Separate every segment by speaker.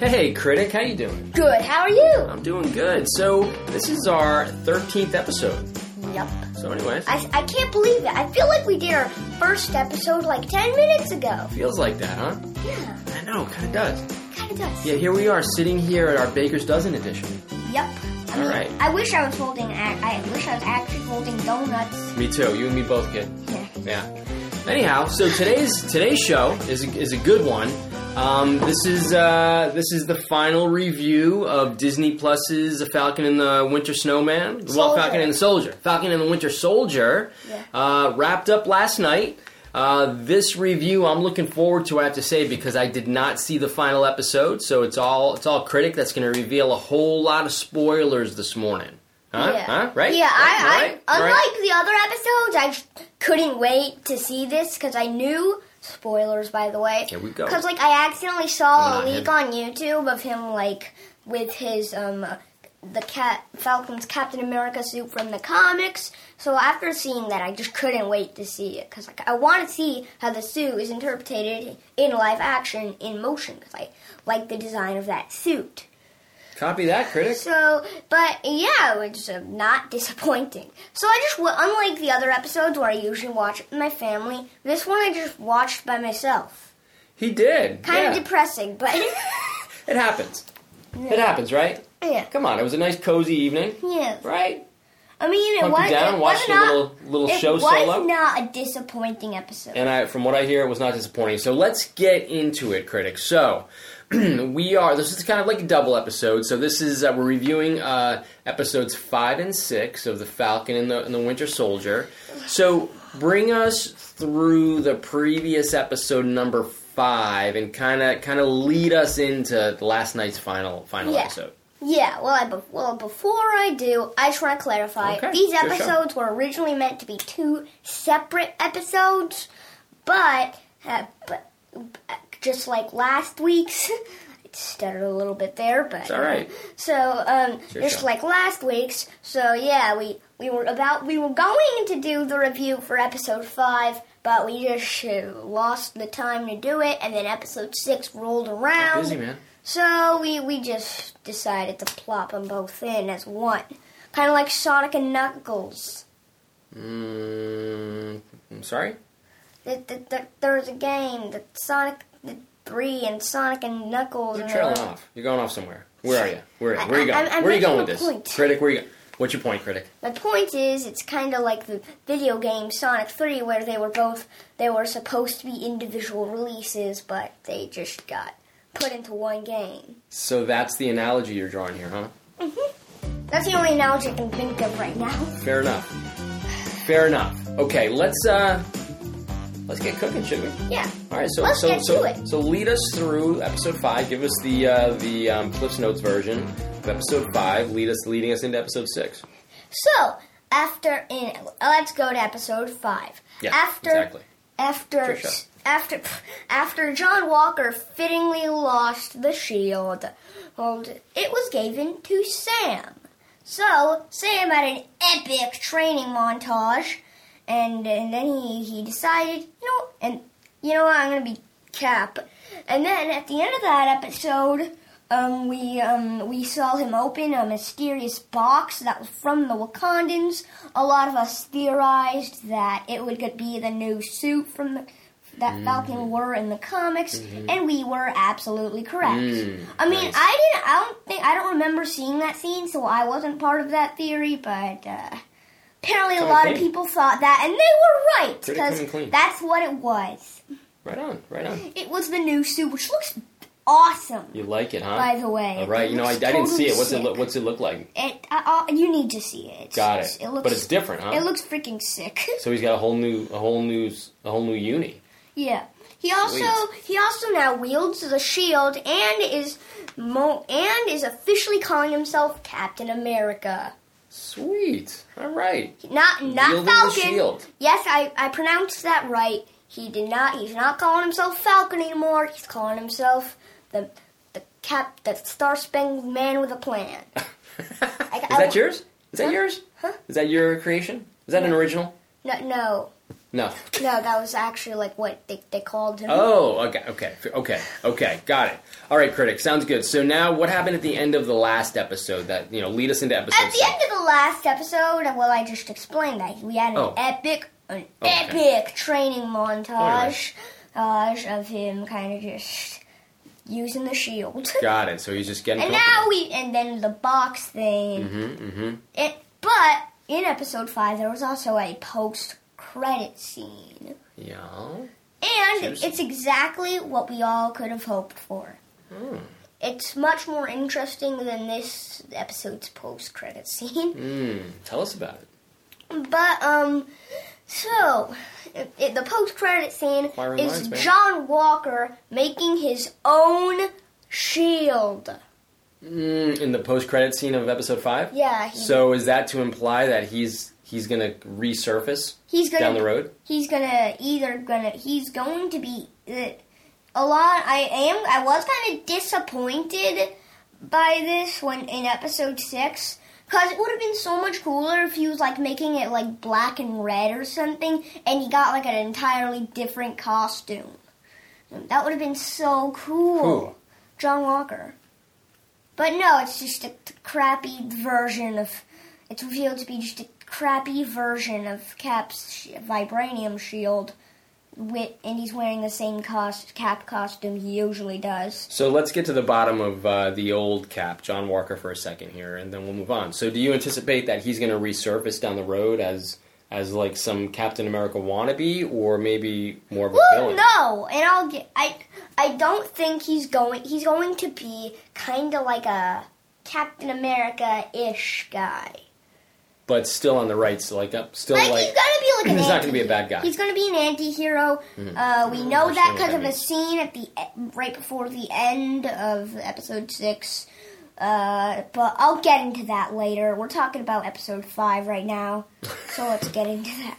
Speaker 1: Hey, critic, how you doing?
Speaker 2: Good. How are you?
Speaker 1: I'm doing good. So this is our 13th episode.
Speaker 2: Yep.
Speaker 1: So, anyways,
Speaker 2: I, I can't believe it. I feel like we did our first episode like 10 minutes ago.
Speaker 1: feels like that, huh?
Speaker 2: Yeah,
Speaker 1: I know, kind of does.
Speaker 2: kind of does.
Speaker 1: Yeah, here we are sitting here at our Baker's Dozen edition.
Speaker 2: Yep. I mean,
Speaker 1: Alright.
Speaker 2: I wish I was holding, a- I wish I was actually holding donuts.
Speaker 1: Me too. You and me both, kid.
Speaker 2: Yeah.
Speaker 1: Yeah. Anyhow, so today's today's show is a, is a good one. Um, this is uh, this is the final review of Disney Plus's The Falcon and the Winter Snowman. Well,
Speaker 2: Soldier.
Speaker 1: Falcon and the Soldier. Falcon and the Winter Soldier
Speaker 2: Yeah.
Speaker 1: uh, wrapped up last night. Uh, this review I'm looking forward to, I have to say, because I did not see the final episode, so it's all it's all critic that's going to reveal a whole lot of spoilers this morning. Huh?
Speaker 2: Yeah.
Speaker 1: Huh? Right?
Speaker 2: Yeah, I,
Speaker 1: Right?
Speaker 2: I
Speaker 1: Right? Right?
Speaker 2: unlike the other episodes, I just couldn't wait to see this because I knew spoilers. By the way,
Speaker 1: Here we go.
Speaker 2: Because like I accidentally saw
Speaker 1: Come on,
Speaker 2: a leak
Speaker 1: Ed.
Speaker 2: on YouTube of him like with his um the cat Falcon's Captain America suit from the comics. So after seeing that, I just couldn't wait to see it because like I want to see how the suit is interpreted in live action in motion because I like the design of that suit.
Speaker 1: Copy that, critic.
Speaker 2: So, but yeah, it was uh, not disappointing. So I just, wa- unlike the other episodes where I usually watch with my family, this one I just watched by myself.
Speaker 1: He did.
Speaker 2: Kind
Speaker 1: yeah.
Speaker 2: of depressing, but
Speaker 1: It happens. It happens, right?
Speaker 2: yeah,
Speaker 1: Come on, it was a nice cozy evening,
Speaker 2: yeah.
Speaker 1: right?
Speaker 2: I mean, it
Speaker 1: Hunkered
Speaker 2: was
Speaker 1: down,
Speaker 2: it
Speaker 1: watched
Speaker 2: was
Speaker 1: a
Speaker 2: not
Speaker 1: little little
Speaker 2: it
Speaker 1: show
Speaker 2: was
Speaker 1: solo.
Speaker 2: not a disappointing episode.
Speaker 1: and I, from what I hear, it was not disappointing. So let's get into it, critics. So we are. This is kind of like a double episode. So this is uh, we're reviewing uh, episodes five and six of the Falcon and the, and the Winter Soldier. So bring us through the previous episode number five and kind of kind of lead us into last night's final final
Speaker 2: Yeah.
Speaker 1: episode.
Speaker 2: Yeah, well, I be- well before I do, I just want to clarify.
Speaker 1: Okay,
Speaker 2: These
Speaker 1: sure, sure.
Speaker 2: episodes were originally meant to be two separate episodes, but, uh, but uh, just like last week's, it stuttered a little bit there, but
Speaker 1: It's all right.
Speaker 2: So, um,
Speaker 1: Sure,
Speaker 2: just
Speaker 1: sure.
Speaker 2: like last week's. So yeah, we we were about we were going to do the review for episode five, but we just uh, lost the time to do it, and then episode six rolled around.
Speaker 1: Busy man.
Speaker 2: So we, we just decided to plop them both in as one. Kind of like Sonic and Knuckles.
Speaker 1: Mm, I'm sorry.
Speaker 2: Th th th there was a game, the Sonic the 3 and Sonic and Knuckles.
Speaker 1: You're
Speaker 2: and
Speaker 1: trailing
Speaker 2: all-
Speaker 1: off. You're going off somewhere. Where are you? Where,
Speaker 2: I-
Speaker 1: where are you
Speaker 2: I-
Speaker 1: going?
Speaker 2: I'm- I'm
Speaker 1: where are you
Speaker 2: making
Speaker 1: going
Speaker 2: a
Speaker 1: with this,
Speaker 2: point.
Speaker 1: critic? Where are you? go- What's your point, critic?
Speaker 2: My point is, it's kind of like the video game Sonic 3 where they were both, they were supposed to be individual releases, but they just got put into one game.
Speaker 1: So that's the analogy you're drawing here, huh?
Speaker 2: That's the only analogy I can think of right now.
Speaker 1: Fair enough. Fair enough. Okay, let's uh, let's get cooking, should we?
Speaker 2: Yeah.
Speaker 1: All right, so
Speaker 2: Let's
Speaker 1: so
Speaker 2: get
Speaker 1: so
Speaker 2: to it.
Speaker 1: so lead us through episode five. Give us the uh, the um, Cliff's Notes version of episode five. Lead us leading us into episode six.
Speaker 2: So after in let's go to episode five.
Speaker 1: Yeah,
Speaker 2: after
Speaker 1: exactly.
Speaker 2: after
Speaker 1: Sure, sure.
Speaker 2: after after John Walker fittingly lost the shield, well, it was given to Sam. So Sam had an epic training montage, and and then he he decided you know and you know what I'm gonna be Cap, and then at the end of that episode. Um, we um, we saw him open a mysterious box that was from the Wakandans. A lot of us theorized that it would could be the new suit from the, that
Speaker 1: Mm.
Speaker 2: Falcon wore in the comics, and we were absolutely correct.
Speaker 1: Mm-hmm. Mm,
Speaker 2: I mean,
Speaker 1: nice.
Speaker 2: I didn't. I don't think I don't remember seeing that scene, so I wasn't part of that theory. But uh, apparently, a
Speaker 1: Kinda
Speaker 2: lot of
Speaker 1: clean.
Speaker 2: people thought that, and they were right
Speaker 1: Pretty clean, clean.
Speaker 2: because that's what it was.
Speaker 1: Right on, right on.
Speaker 2: It was the new suit, which looks awesome.
Speaker 1: You like it, huh?
Speaker 2: By the way,
Speaker 1: All right, you know I, I
Speaker 2: looks
Speaker 1: didn't see
Speaker 2: totally
Speaker 1: it. What's it
Speaker 2: sick.
Speaker 1: look? What's it look like?
Speaker 2: It, I, I, you need to see it. It's-
Speaker 1: Got
Speaker 2: it's-
Speaker 1: it.
Speaker 2: It looks,
Speaker 1: but it's different, huh?
Speaker 2: It looks freaking sick.
Speaker 1: So he's got a whole new, a whole new, s- a whole new uni.
Speaker 2: yeah. He also he also now wields the shield and is mo- and is officially calling himself Captain America.
Speaker 1: Sweet. All right.
Speaker 2: Not not
Speaker 1: Wielding the
Speaker 2: Falcon.
Speaker 1: shield.
Speaker 2: Yes, I I pronounced that right. He did not. He's not calling himself Falcon anymore. He's calling himself the the cap the Star Spangled Man with a plan.
Speaker 1: Is that yours? Is that yours?
Speaker 2: Huh?
Speaker 1: Is that your creation? Is that an original?
Speaker 2: No, no.
Speaker 1: No.
Speaker 2: No, that was actually like what they, they called him.
Speaker 1: Oh, okay, okay, okay, okay, got it. All right, critic, sounds good. So now, what happened at the end of the last episode? That you know, lead us into episode.
Speaker 2: At the
Speaker 1: seven?
Speaker 2: end of the last episode, well, I just explained that we had an
Speaker 1: Oh.
Speaker 2: epic, an
Speaker 1: okay.
Speaker 2: epic training montage montage of him kind of just using the shield.
Speaker 1: Got it. So he's just getting.
Speaker 2: and now we, and then the box thing.
Speaker 1: Mm-hmm, mm-hmm.
Speaker 2: It, but in episode five, there was also a post-credit scene,
Speaker 1: Yeah.
Speaker 2: and
Speaker 1: Juicy.
Speaker 2: it's exactly what we all could have hoped for.
Speaker 1: Mm.
Speaker 2: It's much more interesting than this episode's post-credit scene.
Speaker 1: Mm. Tell us about it. Mm.
Speaker 2: But um, so it, it- the post-credit scene
Speaker 1: Firing
Speaker 2: is
Speaker 1: lines, man.
Speaker 2: John Walker making his own shield.
Speaker 1: Mm, in the post-credit scene of episode five.
Speaker 2: Yeah, he,
Speaker 1: So is that to imply that he's he's gonna resurface
Speaker 2: he's gonna
Speaker 1: down the road?
Speaker 2: he's gonna either gonna he's going to be uh, a lot. I am I was kind of disappointed by this when in episode six. Cause it would have been so much cooler if he was like making it like black and red or something, and he got like an entirely different costume. That would have been so cool,
Speaker 1: Who?
Speaker 2: John Walker. But no, it's just a crappy version of. It's revealed to be just a crappy version of Cap's sh- vibranium shield, with, and he's wearing the same cost, Cap costume he usually does.
Speaker 1: So let's get to the bottom of uh, the old cap, John Walker, for a second here, and then we'll move on. So, do you anticipate that he's going to resurface down the road as as like some Captain America wannabe, or maybe more of a
Speaker 2: Well,
Speaker 1: villain?
Speaker 2: no, and I'll get. I I don't think he's going. He's going to be kind of like a Captain America ish guy.
Speaker 1: But still on the right, so like up, still
Speaker 2: Like,
Speaker 1: like,
Speaker 2: he's gonna be like an
Speaker 1: he's not
Speaker 2: anti-
Speaker 1: gonna be a bad guy. Mm-hmm.
Speaker 2: He's gonna be an anti-hero. Uh, we know
Speaker 1: I
Speaker 2: that
Speaker 1: understand
Speaker 2: because
Speaker 1: what
Speaker 2: of
Speaker 1: that
Speaker 2: a
Speaker 1: means.
Speaker 2: scene at the e- right before the end of episode six. Uh, but I'll get into that later. We're talking about episode five right now, so let's get into that.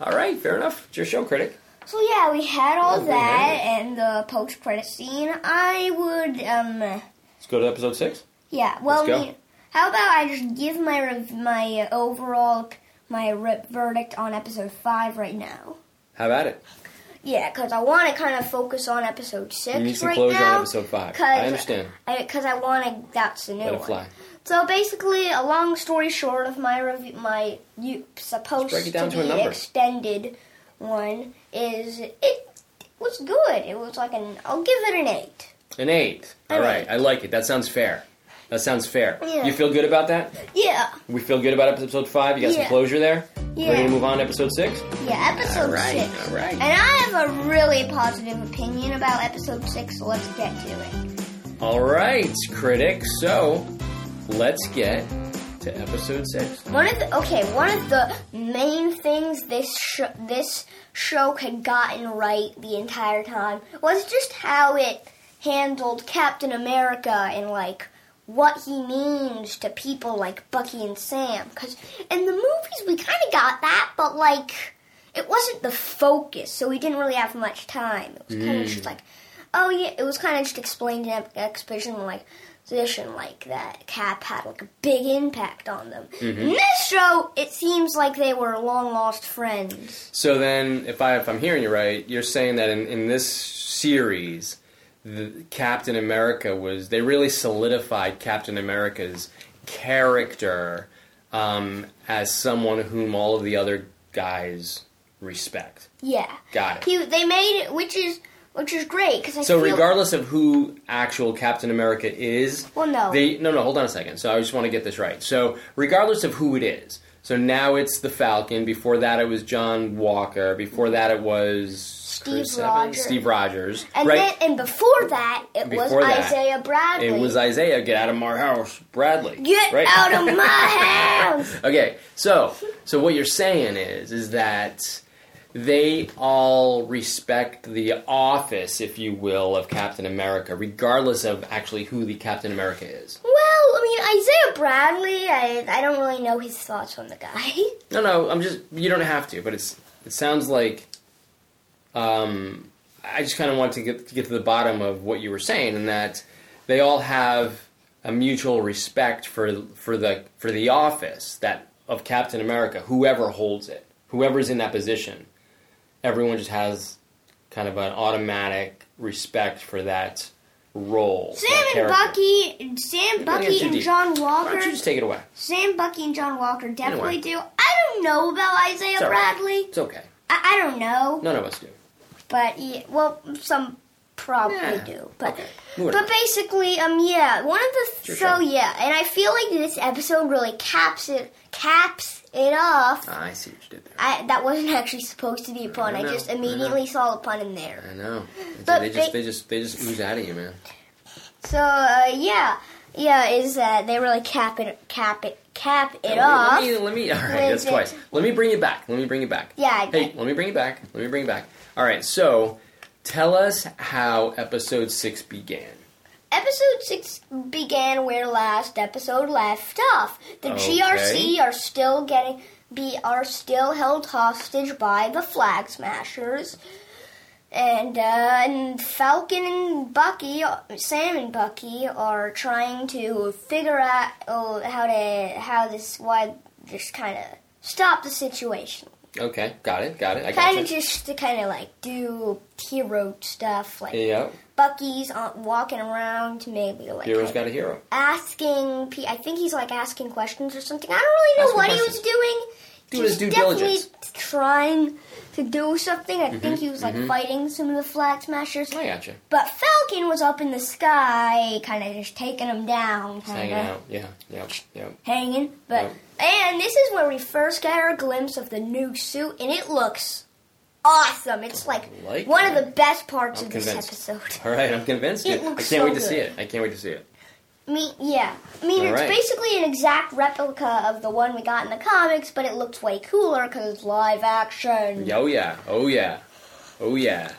Speaker 1: all right, fair enough. It's your show, critic.
Speaker 2: So yeah, we had all
Speaker 1: Oh,
Speaker 2: that
Speaker 1: yeah.
Speaker 2: and the post-credit scene. I would um.
Speaker 1: Let's go to episode six.
Speaker 2: Yeah. Well,
Speaker 1: go.
Speaker 2: me- how about I just give my rev- my overall my re- verdict on episode five right now?
Speaker 1: How about it?
Speaker 2: Yeah, because I want to kind of focus on episode six
Speaker 1: You need some
Speaker 2: right
Speaker 1: closure
Speaker 2: now.
Speaker 1: on episode five.
Speaker 2: 'cause-
Speaker 1: I understand.
Speaker 2: Because I, want to. That's the new
Speaker 1: Let it
Speaker 2: one.
Speaker 1: fly.
Speaker 2: So basically, a long story short of my review, my you supposed
Speaker 1: break it down
Speaker 2: to
Speaker 1: to a
Speaker 2: be
Speaker 1: number.
Speaker 2: extended one is it was good. It was like an I'll give it an eight.
Speaker 1: An eight. All
Speaker 2: An
Speaker 1: right,
Speaker 2: eight.
Speaker 1: I like it. That sounds fair. That sounds fair.
Speaker 2: Yeah.
Speaker 1: You feel good about that?
Speaker 2: Yeah,
Speaker 1: We feel good about episode five. You got
Speaker 2: Yeah.
Speaker 1: some closure there. Ready
Speaker 2: Yeah.
Speaker 1: to move on to episode six?
Speaker 2: yeah. Episode
Speaker 1: Alright,
Speaker 2: six.
Speaker 1: alright.
Speaker 2: And I have a really positive opinion about episode six. So let's get to it.
Speaker 1: All right, critics. So let's get to episode six.
Speaker 2: One of the okay, one of the main things this sh- this show had gotten right the entire time was just how it handled Captain America and like what he means to people like Bucky and Sam. Cause in the movies we kind of got that, but like it wasn't the focus, so we didn't really have much time. It was kind of just like, oh yeah, it was kind of just explained in ep- exposition like position like that. Cap had like a big impact on them.
Speaker 1: Mm-hmm.
Speaker 2: In this show, it seems like they were long lost friends.
Speaker 1: So then, if I if I'm hearing you right, you're saying that in, in this series, the Captain America was they really solidified Captain America's character um, as someone whom all of the other guys respect.
Speaker 2: Yeah,
Speaker 1: Got it.
Speaker 2: He, they made it, which is which is great because I
Speaker 1: So
Speaker 2: feel,
Speaker 1: regardless of who actual Captain America is,
Speaker 2: Well, no.
Speaker 1: they no no hold on a second. So I just want to get this right. So regardless of who it is, so now it's the Falcon. Before that, it was John Walker. Before that, it was Steve
Speaker 2: Rogers.
Speaker 1: Steve Rogers.
Speaker 2: and
Speaker 1: right.
Speaker 2: then and before that, it
Speaker 1: Before
Speaker 2: was
Speaker 1: that,
Speaker 2: Isaiah Bradley.
Speaker 1: it was Isaiah. Get out of my house, Bradley.
Speaker 2: Get
Speaker 1: right?
Speaker 2: out of my house!
Speaker 1: Okay, so so what you're saying is is that they all respect the office, if you will, of Captain America, regardless of actually who the Captain America is.
Speaker 2: Well, I mean Isaiah Bradley. I I don't really know his thoughts on the guy.
Speaker 1: No, no, I'm just you don't have to, but it's it sounds like um I just kind of want to get to get to the bottom of what you were saying and that they all have a mutual respect for for the for the office that of Captain America, whoever holds it, whoever's in that position. everyone just has kind of an automatic respect for that role.
Speaker 2: Sam
Speaker 1: that
Speaker 2: and
Speaker 1: character.
Speaker 2: Bucky, Sam,
Speaker 1: You're going
Speaker 2: Bucky,
Speaker 1: too
Speaker 2: and
Speaker 1: deep.
Speaker 2: John
Speaker 1: Why don't you
Speaker 2: Walker.
Speaker 1: just take it away?
Speaker 2: Sam, Bucky, and John Walker definitely do. I don't know about Isaiah
Speaker 1: It's all right.
Speaker 2: Bradley.
Speaker 1: It's okay.
Speaker 2: I, I don't know,
Speaker 1: None of us do.
Speaker 2: but yeah, well, some probably
Speaker 1: Yeah.
Speaker 2: do. But
Speaker 1: Okay. Moving
Speaker 2: but
Speaker 1: on.
Speaker 2: basically, um, yeah, one of the
Speaker 1: Sure,
Speaker 2: so
Speaker 1: sure.
Speaker 2: yeah, and I feel like this episode really caps it caps it off.
Speaker 1: Ah, I see what you did there.
Speaker 2: I, that wasn't actually supposed to be a pun.
Speaker 1: I
Speaker 2: I
Speaker 1: know,
Speaker 2: just
Speaker 1: I know.
Speaker 2: immediately saw a pun in there.
Speaker 1: I know. It's-
Speaker 2: But
Speaker 1: they just
Speaker 2: they-
Speaker 1: they just they just ooze out of you, man.
Speaker 2: So uh, yeah, yeah, is uh, they really cap it cap it cap it off?
Speaker 1: Let me, let me, all right,
Speaker 2: With
Speaker 1: that's twice.
Speaker 2: it.
Speaker 1: Let me bring you back. Let me bring you back.
Speaker 2: Yeah, I
Speaker 1: Hey,
Speaker 2: did.
Speaker 1: let me bring you back. Let me bring you back. All right, so tell us how episode six began.
Speaker 2: Episode 6 began where last episode left off. The
Speaker 1: Okay.
Speaker 2: GRC are still getting be are still held hostage by the flag smashers. And, uh, and Falcon and Bucky, Sam and Bucky are trying to figure out oh, how to how this why just kind of stop the situation.
Speaker 1: Okay, got it, got it. I got
Speaker 2: Kind
Speaker 1: it.
Speaker 2: of just to kind of like do hero stuff like
Speaker 1: Yeah,
Speaker 2: Bucky's uh, walking around, maybe like
Speaker 1: hero's got a hero.
Speaker 2: asking. pe- I think he's like asking questions or something. I don't really know
Speaker 1: Asking
Speaker 2: what
Speaker 1: questions.
Speaker 2: he was doing.
Speaker 1: Doing
Speaker 2: he
Speaker 1: his
Speaker 2: was
Speaker 1: due
Speaker 2: definitely
Speaker 1: diligence.
Speaker 2: trying to do something. I think he was like
Speaker 1: mhm.
Speaker 2: fighting some of the flag smashers.
Speaker 1: I gotcha.
Speaker 2: But Falcon was up in the sky, kind of just taking them down,
Speaker 1: Just hanging
Speaker 2: kinda
Speaker 1: out. Yeah, yeah, yeah.
Speaker 2: hanging. But and this is where we first got our glimpse of the new suit, and it looks awesome. It's like,
Speaker 1: like
Speaker 2: one
Speaker 1: that.
Speaker 2: of the best parts
Speaker 1: I'm
Speaker 2: of
Speaker 1: convinced.
Speaker 2: this episode.
Speaker 1: All right, I'm convinced.
Speaker 2: It
Speaker 1: dude. I
Speaker 2: looks
Speaker 1: can't
Speaker 2: so
Speaker 1: wait to see
Speaker 2: good.
Speaker 1: it. I can't wait to see it.
Speaker 2: I mean, yeah. I mean,
Speaker 1: All
Speaker 2: it's
Speaker 1: right.
Speaker 2: basically an exact replica of the one we got in the comics, but it looks way cooler because it's live action.
Speaker 1: Yeah, Oh yeah, oh yeah, oh yeah.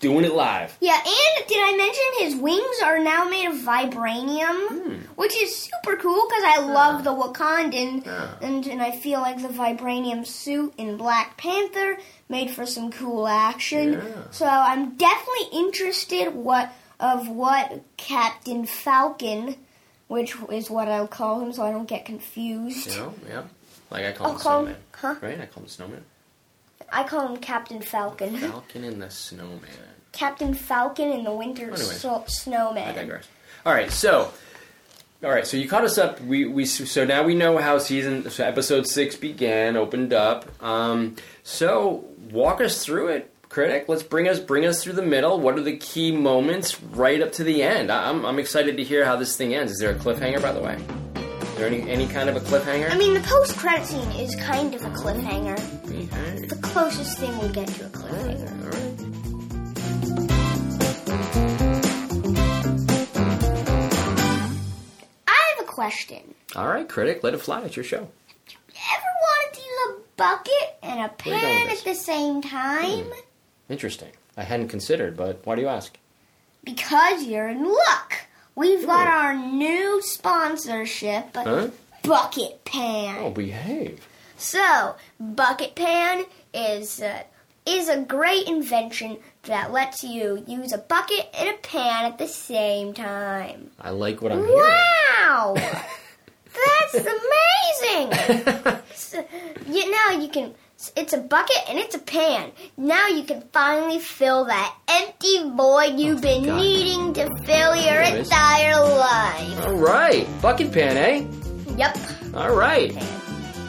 Speaker 1: Doing it live.
Speaker 2: Yeah, and did I mention his wings are now made of vibranium, which is super cool because I love the Wakandan,
Speaker 1: Ah.
Speaker 2: and and I feel like the vibranium suit in Black Panther made for some cool action.
Speaker 1: Yeah.
Speaker 2: So I'm definitely interested what of what Captain Falcon, which is what I'll call him, so I don't get confused.
Speaker 1: You know, yeah. Like I call
Speaker 2: I'll
Speaker 1: him the
Speaker 2: call
Speaker 1: Oh, snowman.
Speaker 2: him, huh?
Speaker 1: Right? I call him the snowman.
Speaker 2: I call him Captain Falcon.
Speaker 1: Falcon and the snowman.
Speaker 2: Captain Falcon and the Winter
Speaker 1: Anyway.
Speaker 2: so- Snowman.
Speaker 1: I digress. All right, so all right, so you caught us up. We we so now we know how season so episode six began, opened up. Um, so walk us through it, critic. Let's bring us bring us through the middle. What are the key moments right up to the end? I, I'm I'm excited to hear how this thing ends. Is there a cliffhanger, by the way? Is there any any kind of a cliffhanger?
Speaker 2: I mean, the post credit scene is kind of a cliffhanger.
Speaker 1: Okay.
Speaker 2: The closest thing we get to a cliffhanger.
Speaker 1: All right.
Speaker 2: I have a question.
Speaker 1: All right, critic, let it fly. It's your show.
Speaker 2: Ever wanted to use a bucket and a
Speaker 1: you going
Speaker 2: pan
Speaker 1: with Hmm.
Speaker 2: at the same time?
Speaker 1: Interesting. I hadn't considered, but why do you ask?
Speaker 2: Because you're in luck. We've got
Speaker 1: Ooh.
Speaker 2: our new sponsorship,
Speaker 1: Huh?
Speaker 2: Bucket Pan.
Speaker 1: Oh, behave.
Speaker 2: So, bucket pan is uh, is a great invention that lets you use a bucket and a pan at the same time.
Speaker 1: I like what I'm hearing.
Speaker 2: Wow! That's amazing. So, you now you can. It's a bucket and it's a pan. Now you can finally fill that empty void you've been
Speaker 1: Oh, God.
Speaker 2: needing to fill your
Speaker 1: There it is.
Speaker 2: entire life.
Speaker 1: All right, bucket pan, eh?
Speaker 2: Yep.
Speaker 1: All right,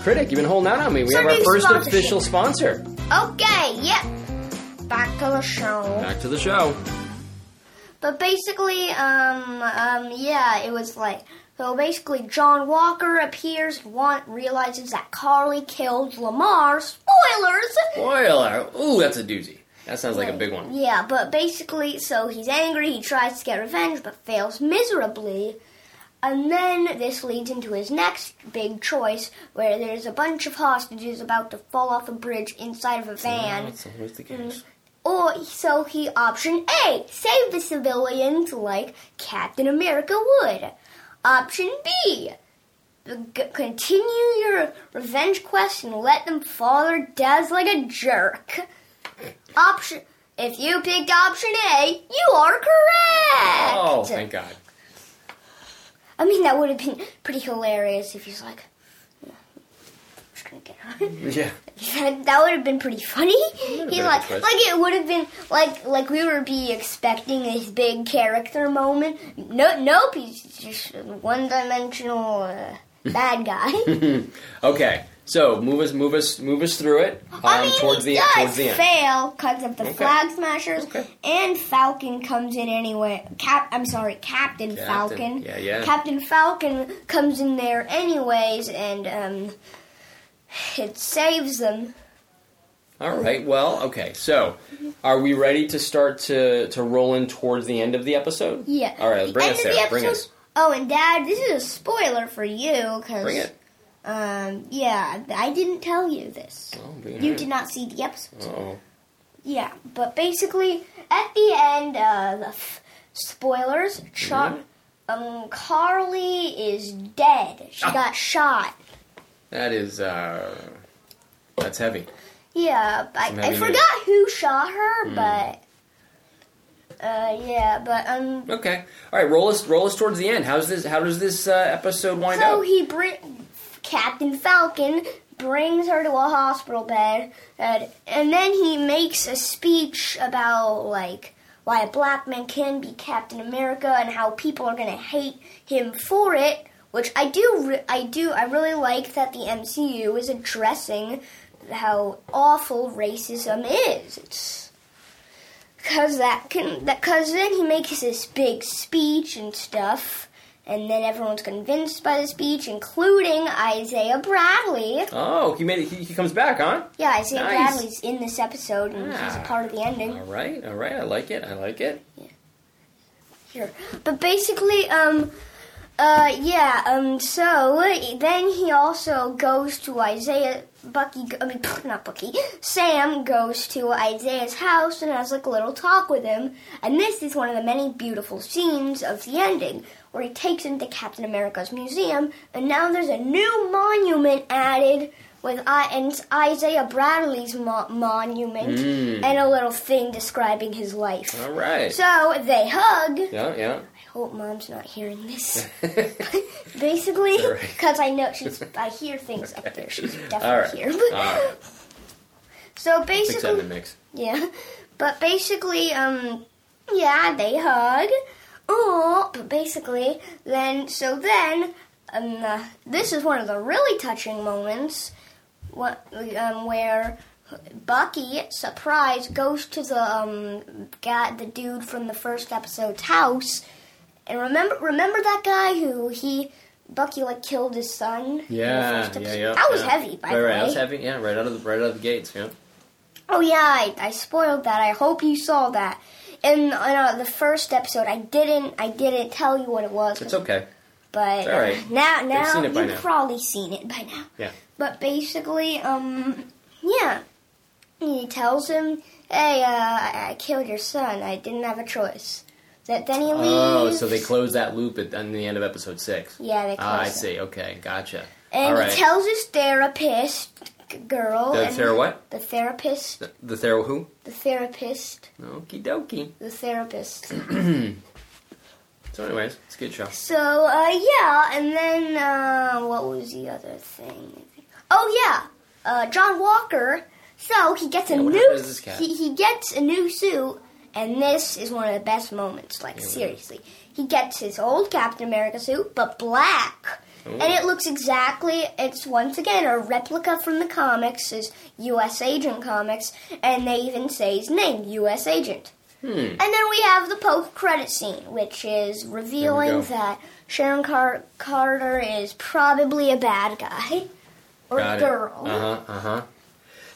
Speaker 1: critic, you've been holding out on me. We have our
Speaker 2: Somebody's
Speaker 1: first
Speaker 2: sponsorship.
Speaker 1: official sponsor.
Speaker 2: Okay. Yep. Back to the show.
Speaker 1: Back to the show.
Speaker 2: But basically, um, um, yeah, it was like so. Basically, John Walker appears, and want realizes that Carly killed Lamar. Spoilers.
Speaker 1: Boiler. uh, Ooh, that's a doozy. That sounds like a big one.
Speaker 2: Yeah, but basically, so he's angry. He tries to get revenge, but fails miserably. And then this leads into his next big choice, where there's a bunch of hostages about to fall off a bridge inside of a van.
Speaker 1: That's always the case.
Speaker 2: Or Oh, so he option A, save the civilians like Captain America would. Option B, g- continue your revenge quest and let them fall their deaths like a jerk. Option if you picked option A, you are correct.
Speaker 1: Oh, thank God.
Speaker 2: I mean that would have been pretty hilarious if he's like just gonna get on.
Speaker 1: Yeah.
Speaker 2: That, that would have been pretty funny.
Speaker 1: would've
Speaker 2: He's
Speaker 1: been a
Speaker 2: like,
Speaker 1: good twist.
Speaker 2: like it would have been like like we would be expecting this big character moment. No, nope, he's just a one-dimensional uh, bad guy.
Speaker 1: Okay. So move us, move us, move us through it um,
Speaker 2: I mean,
Speaker 1: towards
Speaker 2: he
Speaker 1: the
Speaker 2: does
Speaker 1: towards the end.
Speaker 2: fail because of the
Speaker 1: Okay.
Speaker 2: flag smashers,
Speaker 1: Okay.
Speaker 2: and Falcon comes in anyway. Cap, I'm sorry, Captain,
Speaker 1: Captain.
Speaker 2: Falcon.
Speaker 1: Yeah, yeah.
Speaker 2: Captain Falcon comes in there anyways, and um, it saves them.
Speaker 1: All right. Well, okay. So, are we ready to start to to roll in towards the end of the episode?
Speaker 2: Yeah.
Speaker 1: All right.
Speaker 2: The
Speaker 1: Bring
Speaker 2: end
Speaker 1: us
Speaker 2: of the
Speaker 1: there. Bring
Speaker 2: episode-
Speaker 1: us.
Speaker 2: Oh, and Dad, this is a spoiler for you
Speaker 1: Bring
Speaker 2: because
Speaker 1: it.
Speaker 2: um, yeah, I didn't tell you this.
Speaker 1: Oh,
Speaker 2: You did not see the episode.
Speaker 1: Oh.
Speaker 2: Yeah, but basically, at the end, uh, the f- spoilers. Char- um, Carly is dead. She
Speaker 1: Mm-hmm. Ah.
Speaker 2: got shot.
Speaker 1: That is. uh That's heavy.
Speaker 2: Yeah, I,
Speaker 1: Some
Speaker 2: I
Speaker 1: heavy Mm.
Speaker 2: forgot who shot her, but uh, yeah, but um,
Speaker 1: Okay. All right. Roll us. Roll us towards the end. How's this? How does this uh, episode wind
Speaker 2: so
Speaker 1: up?
Speaker 2: he bring Captain Falcon brings her to a hospital bed, and, and then he makes a speech about like why a black man can be Captain America and how people are gonna hate him for it. Which I do, re- I do, I really like that the MCU is addressing how awful racism is. It's because that can that because then he makes this big speech and stuff. And then everyone's convinced by the speech, including Isaiah Bradley.
Speaker 1: oh, he made it. He, he comes back, huh?
Speaker 2: Yeah, Isaiah
Speaker 1: Nice.
Speaker 2: Bradley's in this episode, and he's a
Speaker 1: Ah.
Speaker 2: part of the ending.
Speaker 1: All right. All right. I like it. I like it.
Speaker 2: Sure. But basically, um, uh, yeah, um, so then he also goes to Isaiah, Bucky, I mean, not Bucky, Sam goes to Isaiah's house and has like a little talk with him. And this is one of the many beautiful scenes of the ending where he takes him to Captain America's museum. And now there's a new monument added. With I and it's Isaiah Bradley's mo- monument
Speaker 1: Mm.
Speaker 2: and a little thing describing his life.
Speaker 1: All right.
Speaker 2: So they hug.
Speaker 1: yeah. Yeah.
Speaker 2: I hope Oh, mom's not hearing this. Basically,
Speaker 1: All right.
Speaker 2: because I know she's. I hear things up there. She's definitely
Speaker 1: All right.
Speaker 2: here.
Speaker 1: All right.
Speaker 2: So
Speaker 1: Six out of the
Speaker 2: basically,
Speaker 1: mix.
Speaker 2: yeah. But basically, um, yeah, they hug. Oh, but basically, then so then, um, uh, this is one of the really touching moments, what um, where Bucky surprise goes to the um guy, the dude from the first episode's house, and remember remember that guy who he Bucky like killed his son. in the
Speaker 1: Yeah.
Speaker 2: first
Speaker 1: Yeah.
Speaker 2: episode?
Speaker 1: Yeah.
Speaker 2: That was
Speaker 1: yeah.
Speaker 2: heavy, by
Speaker 1: right,
Speaker 2: the
Speaker 1: right.
Speaker 2: way.
Speaker 1: That was heavy. Yeah. Right out of the right out of the gates. Yeah.
Speaker 2: Oh yeah, I, I spoiled that. I hope you saw that. In, in uh, the first episode, I didn't. I didn't tell you what it was.
Speaker 1: It's okay.
Speaker 2: But
Speaker 1: all right.
Speaker 2: uh, now, now
Speaker 1: seen it
Speaker 2: you've
Speaker 1: by now.
Speaker 2: probably seen it by now.
Speaker 1: Yeah.
Speaker 2: But basically, um, yeah, he tells him, "Hey, uh, I, I killed your son. I didn't have a choice." That then he leaves.
Speaker 1: Oh, so they close that loop at on the end of episode six.
Speaker 2: Yeah, they close.
Speaker 1: Ah, I
Speaker 2: it.
Speaker 1: see. Okay, gotcha.
Speaker 2: And
Speaker 1: All right.
Speaker 2: he tells his therapist g- girl.
Speaker 1: The
Speaker 2: and
Speaker 1: thera what?
Speaker 2: The therapist.
Speaker 1: The, the thera who?
Speaker 2: The therapist.
Speaker 1: Okie dokie.
Speaker 2: The therapist.
Speaker 1: So, anyways, it's a good show.
Speaker 2: So uh, yeah, and then uh, what was the other thing? Oh yeah, uh, John Walker. So he gets a
Speaker 1: Yeah, what
Speaker 2: new
Speaker 1: happened to this cat?
Speaker 2: he, he gets a new suit, and this is one of the best moments. Like
Speaker 1: Yeah, what
Speaker 2: seriously, he gets his old Captain America suit, but black, and it looks exactly. It's once again a replica from the comics, is U.S. Agent comics, and they even say his name, U.S. Agent.
Speaker 1: Hmm.
Speaker 2: And then we have the post credit scene, which is revealing
Speaker 1: go.
Speaker 2: that Sharon Car- Carter is probably a bad guy or
Speaker 1: Got
Speaker 2: a
Speaker 1: it.
Speaker 2: girl.
Speaker 1: Uh huh. Uh huh.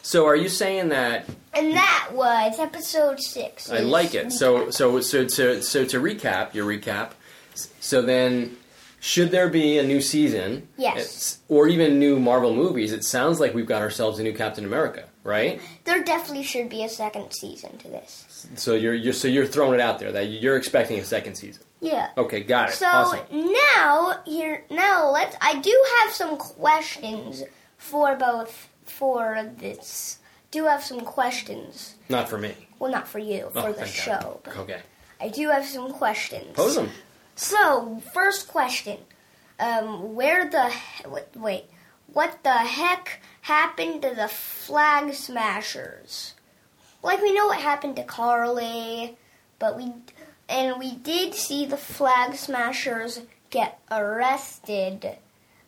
Speaker 1: So, are you saying that
Speaker 2: And that was episode six.
Speaker 1: I like it? So, so, so, so, so to recap your recap. s- So then, should there be a new season?
Speaker 2: Yes.
Speaker 1: it's- or even new Marvel movies? It sounds like we've got ourselves a new Captain America, right?
Speaker 2: there definitely should be a second season to this.
Speaker 1: So you're, you're so you're throwing it out there that you're expecting a second season.
Speaker 2: Yeah.
Speaker 1: Okay, got it.
Speaker 2: So
Speaker 1: awesome.
Speaker 2: now here now let's I do have some questions for both for this. Do have some questions.
Speaker 1: Not for me.
Speaker 2: Well not for you, for
Speaker 1: Oh,
Speaker 2: the
Speaker 1: thank God.
Speaker 2: show. But
Speaker 1: Okay.
Speaker 2: I do have some questions.
Speaker 1: Pose them.
Speaker 2: So, first question. Um, where the he- wait, wait, what the heck happened to the Flag Smashers. Like we know what happened to Carly, but we and we did see the Flag Smashers get arrested,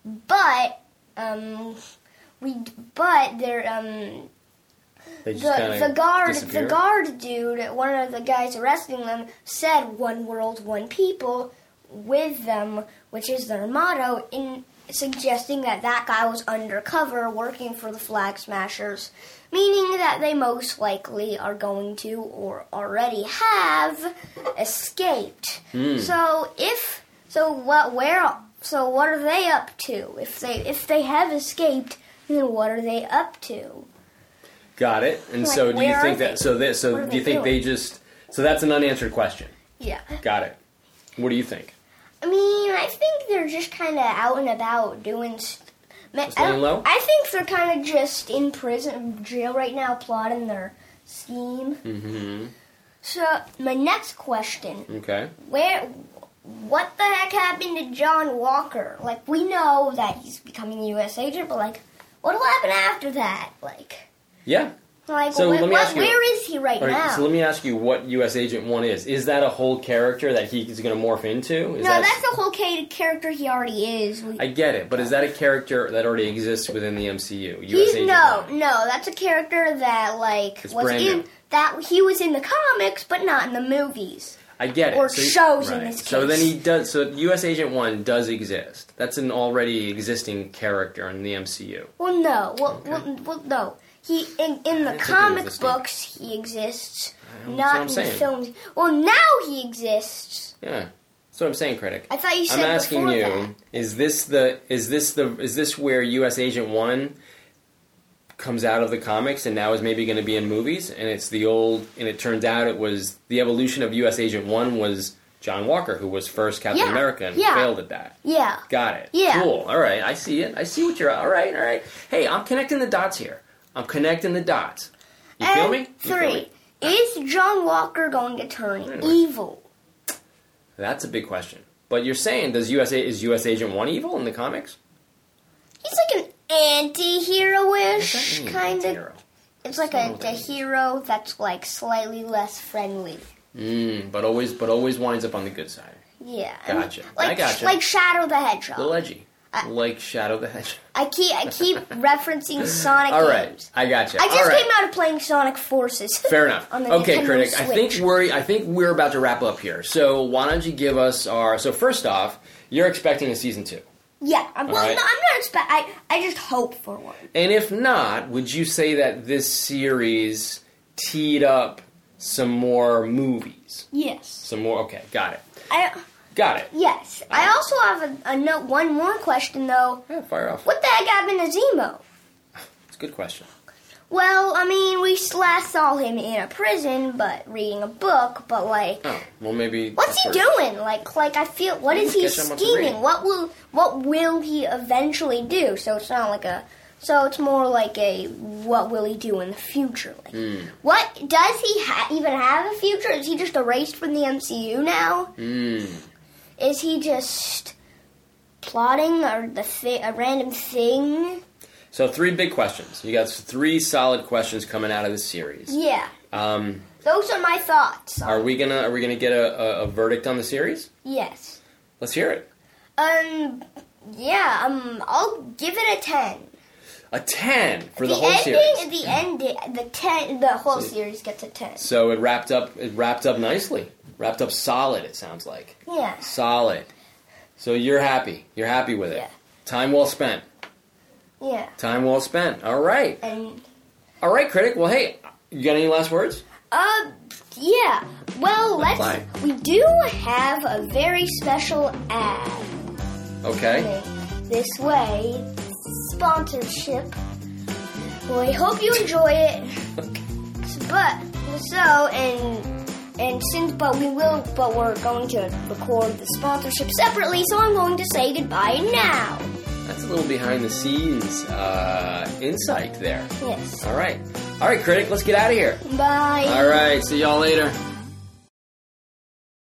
Speaker 2: but um, we but they're um
Speaker 1: They just
Speaker 2: the,
Speaker 1: kinda
Speaker 2: the guard
Speaker 1: disappear.
Speaker 2: the guard dude one of the guys arresting them said one world one people with them which is their motto in suggesting that that guy was undercover working for the flag smashers meaning that they most likely are going to or already have escaped
Speaker 1: Hmm.
Speaker 2: so if so what where so what are they up to if they if they have escaped then what are they up to
Speaker 1: Got it. And
Speaker 2: Like,
Speaker 1: so do you
Speaker 2: where
Speaker 1: think
Speaker 2: are
Speaker 1: that
Speaker 2: they?
Speaker 1: so that
Speaker 2: What
Speaker 1: so
Speaker 2: are
Speaker 1: do you
Speaker 2: they
Speaker 1: think they just so that's an unanswered question.
Speaker 2: yeah
Speaker 1: Got it. What do you think?
Speaker 2: I mean, I think they're just kind of out and about doing. St- ma-
Speaker 1: Staying
Speaker 2: I-
Speaker 1: low?
Speaker 2: I think they're kind of just in prison, jail right now, plotting their scheme.
Speaker 1: Mm-hmm.
Speaker 2: So my next question:
Speaker 1: Okay.
Speaker 2: Where, what the heck happened to John Walker? Like we know that he's becoming a U.S. agent, but like, what will happen after that? Like,
Speaker 1: Yeah.
Speaker 2: like
Speaker 1: So
Speaker 2: wh-
Speaker 1: let me
Speaker 2: what-
Speaker 1: ask you-
Speaker 2: where is he right
Speaker 1: All right,
Speaker 2: now?
Speaker 1: so let me ask you what U.S. Agent 1 is. Is that a whole character that he's going to morph into? Is
Speaker 2: no,
Speaker 1: that,
Speaker 2: that's the whole ca- character he already is. We-
Speaker 1: I get it, but is that a character that already exists within the MCU? US
Speaker 2: He's
Speaker 1: Agent
Speaker 2: no,
Speaker 1: 1?
Speaker 2: no. That's a character that like
Speaker 1: It's
Speaker 2: was
Speaker 1: brand
Speaker 2: in
Speaker 1: new.
Speaker 2: that he was in the comics, but not in the movies.
Speaker 1: I get it.
Speaker 2: or
Speaker 1: you-
Speaker 2: shows in this
Speaker 1: So then
Speaker 2: case.
Speaker 1: he does. So U.S. Agent 1 does exist. That's an already existing character in the MCU.
Speaker 2: Well, no, well,
Speaker 1: Okay.
Speaker 2: well, well no. He in, in the
Speaker 1: didn't think it was
Speaker 2: comic
Speaker 1: this deep.
Speaker 2: books he exists,
Speaker 1: know, that's what I'm
Speaker 2: not in the
Speaker 1: saying.
Speaker 2: films. Well, now he exists.
Speaker 1: Yeah. That's what I'm saying, critic.
Speaker 2: I thought you said
Speaker 1: I'm asking
Speaker 2: before
Speaker 1: you:
Speaker 2: that.
Speaker 1: Is this the is this the is this where U.S. Agent One comes out of the comics and now is maybe going to be in movies? And it's the old, and it turns out it was the evolution of U.S. Agent One was John Walker, who was first Captain
Speaker 2: Yeah,
Speaker 1: America and
Speaker 2: yeah.
Speaker 1: failed at that.
Speaker 2: Yeah.
Speaker 1: Got it.
Speaker 2: Yeah.
Speaker 1: Cool. All right, I see it. I see what you're. All right, all right. Hey, I'm connecting the dots here. I'm connecting the dots. You feel
Speaker 2: and
Speaker 1: me? You feel
Speaker 2: Three.
Speaker 1: me?
Speaker 2: Is John Walker going to turn
Speaker 1: Anyway.
Speaker 2: evil?
Speaker 1: That's a big question. But you're saying does USA is U.S. Agent One evil in the comics?
Speaker 2: He's like an anti-hero-ish
Speaker 1: What does that mean,
Speaker 2: kind of.
Speaker 1: anti-hero?
Speaker 2: It's like
Speaker 1: I don't know
Speaker 2: a,
Speaker 1: what
Speaker 2: a
Speaker 1: that means.
Speaker 2: hero that's like slightly less friendly.
Speaker 1: Mm, but always, but always winds up on the good side.
Speaker 2: Yeah.
Speaker 1: Gotcha.
Speaker 2: Like,
Speaker 1: I gotcha.
Speaker 2: Like Shadow the Hedgehog.
Speaker 1: Little edgy,
Speaker 2: Oh. I-
Speaker 1: like Shadow the Hedgehog.
Speaker 2: I keep I keep referencing Sonic
Speaker 1: All right,
Speaker 2: games.
Speaker 1: I gotcha.
Speaker 2: I just
Speaker 1: All right.
Speaker 2: came out of playing Sonic Forces.
Speaker 1: Fair enough.
Speaker 2: on the
Speaker 1: Okay,
Speaker 2: Nintendo
Speaker 1: critic. I think
Speaker 2: Switch.
Speaker 1: we're I think we're about to wrap up here. So why don't you give us our? So first off, you're expecting a season two,
Speaker 2: yeah. I'm, well,
Speaker 1: right.
Speaker 2: no, I'm not expect. I I just hope for one.
Speaker 1: and if not, would you say that this series teed up some more movies?
Speaker 2: Yes.
Speaker 1: Some more. Okay, got it.
Speaker 2: I
Speaker 1: Got it.
Speaker 2: yes. I also have a, a no, one more question though.
Speaker 1: Yeah, fire off.
Speaker 2: What the heck happened to Zemo?
Speaker 1: It's a good question.
Speaker 2: Well, I mean, we last saw him in a prison, but reading a book. But like,
Speaker 1: Oh well, maybe.
Speaker 2: What's he
Speaker 1: that's where-
Speaker 2: doing? Like, like I feel. What is he
Speaker 1: Catch him up and
Speaker 2: scheming?
Speaker 1: read.
Speaker 2: What will, what will he eventually do? So it's not like a. So it's more like a. What will he do in the future? Like,
Speaker 1: Hmm. Mm,
Speaker 2: what does he ha- even have a future? Is he just erased from the MCU now?
Speaker 1: Mm.
Speaker 2: Is he just plotting or the thi- a random thing?
Speaker 1: So three big questions. You got three solid questions coming out of this series.
Speaker 2: Yeah,
Speaker 1: Um,
Speaker 2: those are my thoughts.
Speaker 1: are we gonna are we gonna get a, a, a verdict on the series?
Speaker 2: yes.
Speaker 1: Let's hear it.
Speaker 2: Um. Yeah. Um. I'll give it a ten.
Speaker 1: A ten for the, whole
Speaker 2: ending,
Speaker 1: series.
Speaker 2: The ending, the ten, the whole
Speaker 1: So-
Speaker 2: series gets a ten.
Speaker 1: So it wrapped up. It wrapped up nicely. Wrapped up solid. It sounds like
Speaker 2: Yeah.
Speaker 1: solid. So you're happy. You're happy with it.
Speaker 2: Yeah.
Speaker 1: Time well spent.
Speaker 2: Yeah.
Speaker 1: Time well spent. All right.
Speaker 2: And
Speaker 1: All right, critic. Well, hey, you got any last words?
Speaker 2: uh, yeah. Well, let's.
Speaker 1: Bye.
Speaker 2: We do have a very special ad.
Speaker 1: Okay.
Speaker 2: This way, sponsorship. Well, we hope you enjoy it. But so and and since but we will but we're going to record the sponsorship separately, so I'm going to say goodbye now.
Speaker 1: That's a little behind the scenes uh, insight there.
Speaker 2: Yes.
Speaker 1: All right. All right, critic. Let's get out of here.
Speaker 2: Bye.
Speaker 1: All right. See y'all later.